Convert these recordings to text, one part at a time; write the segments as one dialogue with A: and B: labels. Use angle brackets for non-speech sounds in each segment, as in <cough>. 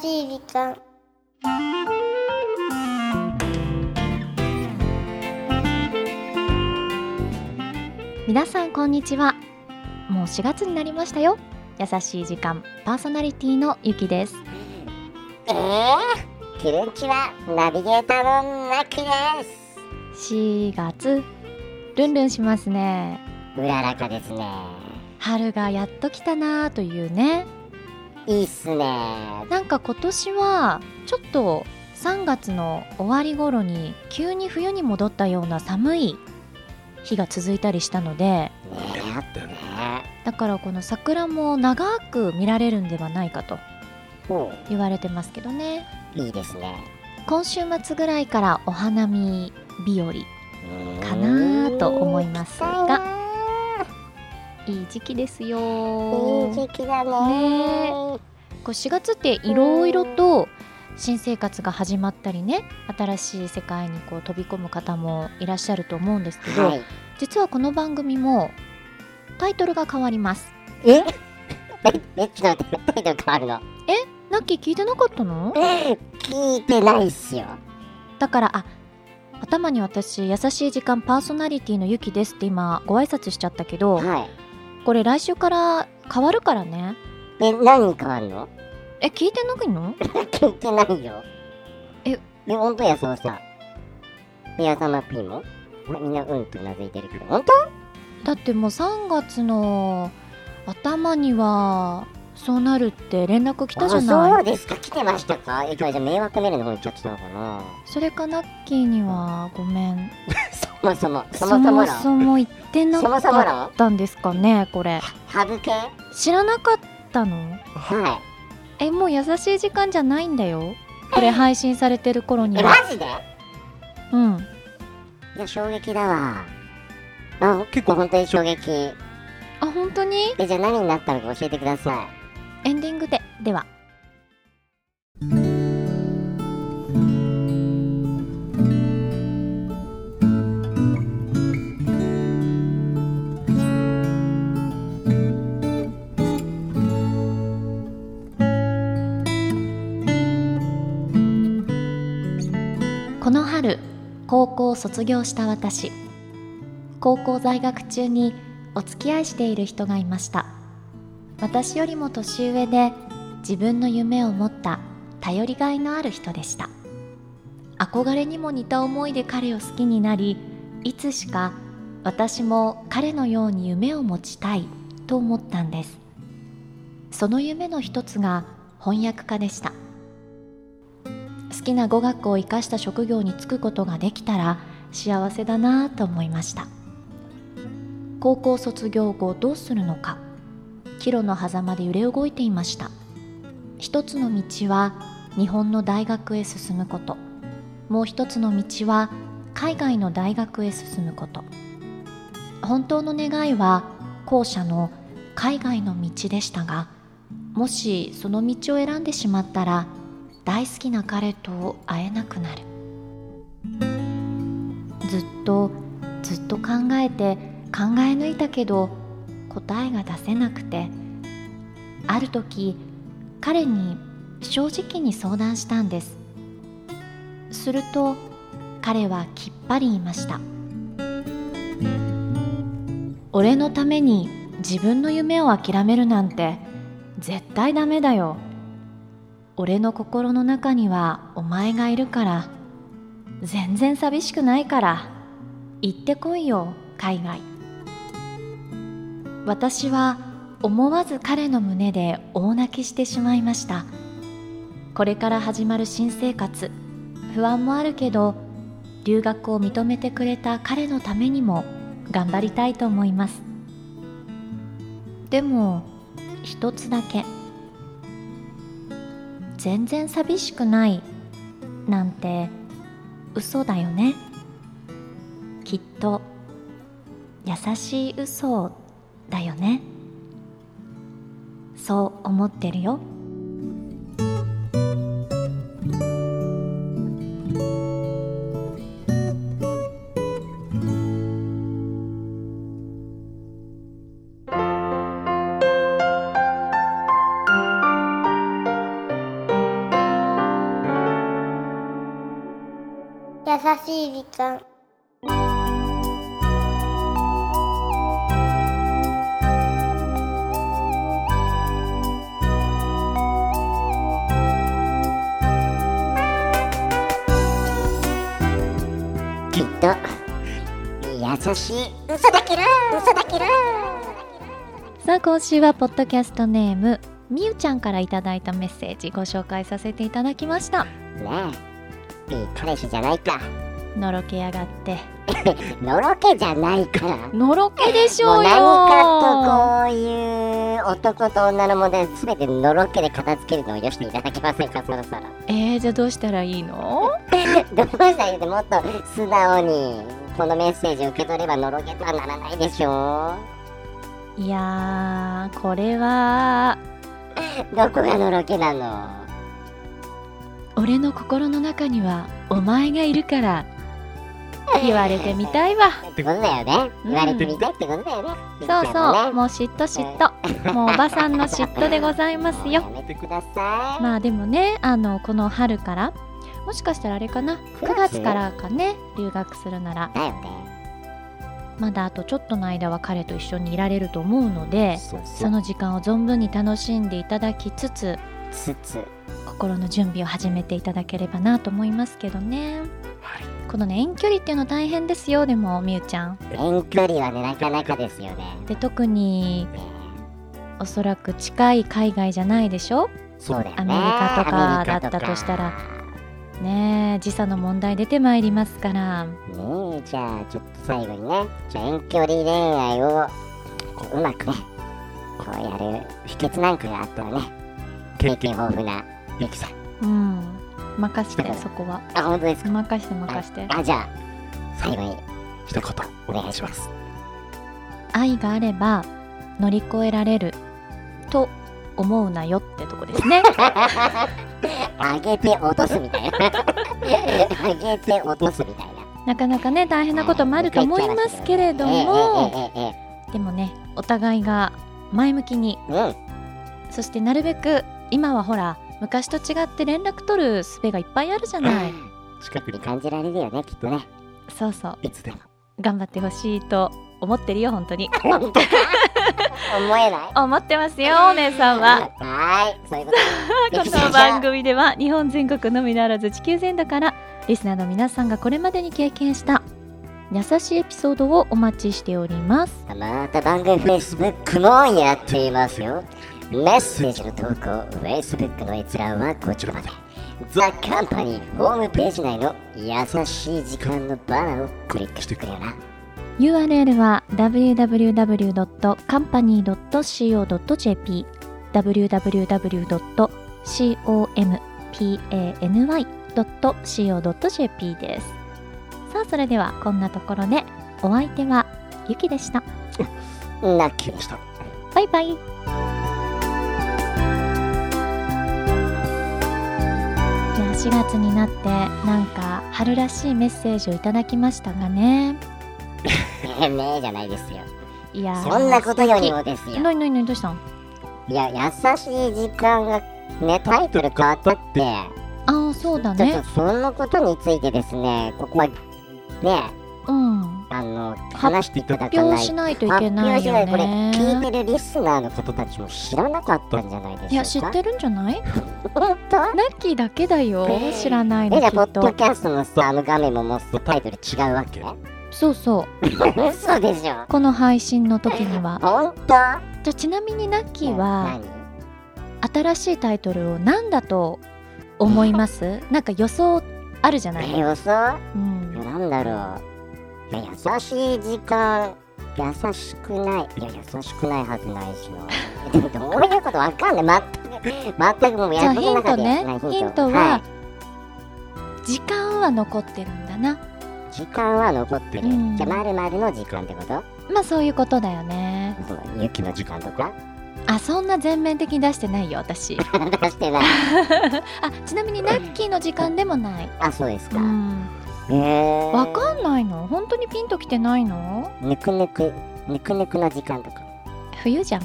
A: しい時間
B: 皆さんこんにちはもう4月になりましたよ優しい時間パーソナリティのゆきです
A: えー、キュンキはナビゲーターのなきです
B: 4月ルンルンしますね
A: うららかですね
B: 春がやっと来たなあというね
A: いいっすね
B: なんか今年はちょっと3月の終わり頃に急に冬に戻ったような寒い日が続いたりしたので
A: ねえあったね
B: だからこの桜も長く見られるんではないかと
A: ほ
B: 言われてますけどね
A: ういいですね
B: 今週末ぐらいからお花見日和かなと思いますがいい時期ですよ
A: いい時期だね
B: ねこう4月っていろいろと新生活が始まったりね新しい世界にこう飛び込む方もいらっしゃると思うんですけど、
A: はい
B: 実はこの番組もタイトルが変わります
A: えええちょっと待って態度変わるの
B: ナッキー聞いてなかったの
A: 聞いてないっすよ
B: だからあ頭に私「優しい時間パーソナリティのゆきです」って今ご挨拶しちゃったけど
A: は
B: これ来週から変わるからね
A: いえ何変わるの
B: え聞いてないの
A: 聞いてないよ
B: え
A: え本当やそうさピア様ピーもみんなうんとうなずいてるけど本
B: だってもう3月の頭にはそうなるって連絡来
A: 当
B: たじゃな
A: そう
B: い
A: ですか来てましたかえじゃあじゃあ迷惑メールの方にちょっと来たのかな
B: それかナッキーにはごめん
A: そもそもそ
B: そ
A: もそも
B: も
A: 論
B: そも言ってな
A: そ
B: か
A: もそも論
B: ったんですかねこれ
A: ハブ系
B: 知らなかったの
A: は
B: えもう優しい時間じゃないんだよこれ配信されてる頃
A: い
B: に
A: え
B: は
A: マジでい
B: うん
A: や衝撃だわあ結構本当に衝撃
B: あ本当に
A: えじゃあ何になったのか教えてくださ
B: エンディングでではこの春高校を卒業した私高校在学中にお付き合いしている人がいました私よりも年上で自分の夢を持った頼りがいのある人でした憧れにも似た思いで彼を好きになりいつしか私も彼のように夢を持ちたいと思ったんですその夢の一つが翻訳家でした好きな語学を生かした職業に就くことができたら幸せだなぁと思いました高校卒業後どうするのか岐路の狭間で揺れ動いていました一つの道は日本の大学へ進むこともう一つの道は海外の大学へ進むこと本当の願いは後者の海外の道でしたがもしその道を選んでしまったら大好きな彼と会えなくなるずっとずっと考えて考え抜いたけど答えが出せなくてある時彼に正直に相談したんですすると彼はきっぱり言いました俺のために自分の夢を諦めるなんて絶対ダメだよ俺の心の中にはお前がいるから全然寂しくないから行ってこいよ海外私は思わず彼の胸で大泣きしてしまいましたこれから始まる新生活不安もあるけど留学を認めてくれた彼のためにも頑張りたいと思いますでも一つだけ全然寂しくないなんて嘘だよねきっと優しい嘘だよねそう思ってるよ
C: 時間
A: きっと優しい
C: 嘘だけど嘘だけど
B: さあ今週はポッドキャストネームみゆちゃんからいただいたメッセージご紹介させていただきました
A: ねえいい彼氏じゃないか
B: のろけやがって
A: <laughs> のろけじゃないから
B: のろけでし
A: も
B: ょ
A: う
B: うよ
A: 何かとこういう男と女の問題全てのろけで片付けるのをよしていただけませんかそろ
B: <laughs>
A: そろ
B: えー、じゃあどうしたらいいの
A: どうしたらいいのもっと素直にこのメッセージを受け取ればのろけとはならないでしょ
B: いやーこれは
A: どこがのろけなの
B: 俺の心の中にはお前がいるから言われてみたいわ
A: ってことだよね
B: うん
A: 言われてみたいってことだよね、
B: そうそう
A: う
B: もう嫉妬嫉妬もうおばさんの嫉妬でございますよ
A: やめてください、
B: まあでもねあのこの春からもしかしたらあれかな9月からかね留学するなら
A: だよね
B: まだあとちょっとの間は彼と一緒にいられると思うので
A: そうそ
B: その時間を存分に楽しんでいただきつつ
A: つつ
B: 心の準備を始めていただければなと思いますけどね、
A: はい
B: このね遠距離っていうの大変ですよでもみゆちゃん
A: 遠距離はねなかなかですよね
B: で特に
A: ね
B: おそらく近い海外じゃないでしょ
A: そうだよね
B: アメリカとか
A: アメリカ
B: だったとしたらねえ時差の問題出てまいりますから
A: ねえじゃあちょっと最後にねじゃあ遠距離恋愛をこううまくねこうやる秘訣なんかがあったらね経験豊富なゆきさん
B: うん任し
A: そ
B: て
A: うだね
B: そこは
A: あ本当ですか
B: 任して任して
A: あじゃあ最後に一言お願いします
B: 愛があれば乗り越えられると思うなよってとこですね
A: <laughs> 上げて落とすみたいな上げて落とすみたいな
B: なかなかね大変なこともあると思いますけれども
A: ええええ
B: でもねお互いが前向きに
A: ええうん
B: そしてなるべく今はほら昔と違って連絡取る術がいっぱいあるじゃない
A: 近くに感じられるよねきっとね
B: そうそう
A: いつでも
B: 頑張ってほしいと思ってるよ本当に
A: 本当か思えない
B: 思ってますよお姉さんは
A: はーいそういうこと
B: こ
A: で
B: の番組では日本全国のみならず地球全土からリスナーの皆さんがこれまでに経験した優しいエピソードをお待ちしております
A: また番組 Facebook もやっていますよメッセージの投稿 Facebook の閲覧はこちらまでザ・カンパニーホームページ内の優しい時間のバナーをクリックしてくれよな
B: URL は www.company.co.jp www.company.co.jp ですさあそれではこんなところでお相手はゆきでした
A: なっきでした
B: バイバイいや4月になってなんか春らしいメッセージをいただきましたがね
A: えねえじゃないですよ
B: いやー
A: そんなことよりもですよ
B: なになになにどうしたん
A: いや優しい時間がねタイトル変わったって
B: ああそうだ
A: ちょ
B: ね
A: っとそのことについてですねここはね
B: うん
A: あの
B: 発
A: 話していただ
B: 発
A: かな
B: 表
A: い
B: しないといけないよ
A: 発表しないこれ聞い
B: ね
A: てるリスナーの方たちも知らなかったんじゃないでしょうか
B: いや知ってるんじゃない
A: 本当
B: ナッキーだけだよ
A: えー
B: 知らない
A: え
B: の
A: じ
B: き
A: ゃあポッ
B: っ
A: ド
B: と
A: キャストのさあの画面ももうタイトル違うわけ
B: そうそ
A: <laughs>
B: う
A: 嘘でしょ
B: この配信の時には
A: 本当
B: じゃあちなみにナッキーは新しいタイトルを何だと思いますなんか予想あるじゃな
A: 何
B: い、
A: え予想
B: うん、
A: なんだろういや優しい時間優しく
B: <laughs>
A: ないいや優しくないはずないしな <laughs> どういうことわかんない全く全くもう
B: じゃ
A: や
B: あ
A: るこ
B: ヒ
A: とな
B: ン
A: かった
B: トね
A: やつ
B: ヒント
A: は
B: は、時間は残ってるんだない
A: 時間は残ってる、
B: うん
A: じゃあ丸々の時間ってこと
B: まあそういうことだよね
A: その雪の時間とか
B: あそんな全面的に出してないよ <laughs> 私
A: 出してない
B: あちなみにナッキーの時間でもない
A: あそうです
B: う
A: か、
B: ん
A: へえ
B: わかんないの本当にピンときてないの
A: ぬくぬくぬくぬくの時間とか
B: 冬じゃん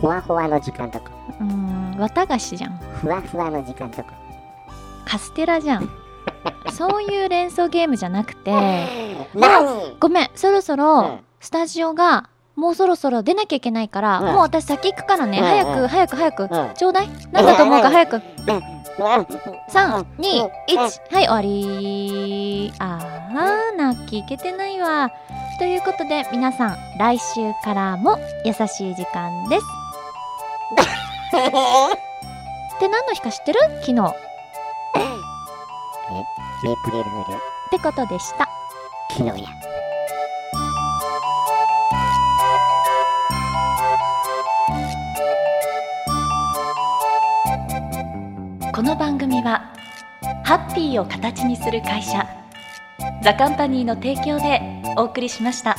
A: ほわほわの時間とか
B: うん綿菓子じゃん
A: ふわふわの時間とか
B: <laughs> カステラじゃんそういう連想ゲームじゃなくて
A: 何
B: ごめんそろそうろ
A: ん
B: スタジオがもうそろそろ出なきゃいけないから、
A: うん
B: もう私先行くからね、
A: うん
B: 早く早く早く、
A: ん
B: ちょうだいなんだと思うか
A: うん
B: 早く
A: うん
B: 321
A: うん
B: はい終わりあーナッキーいけてないわということで皆さん来週からも優しい時間
A: <laughs>
B: ですって何の日か知ってる昨日っ
A: エイプリルフール
B: てことでした
A: 昨日や。
B: この番組はハッピーを形にする会社ザカンパニーの提供でお送りしました。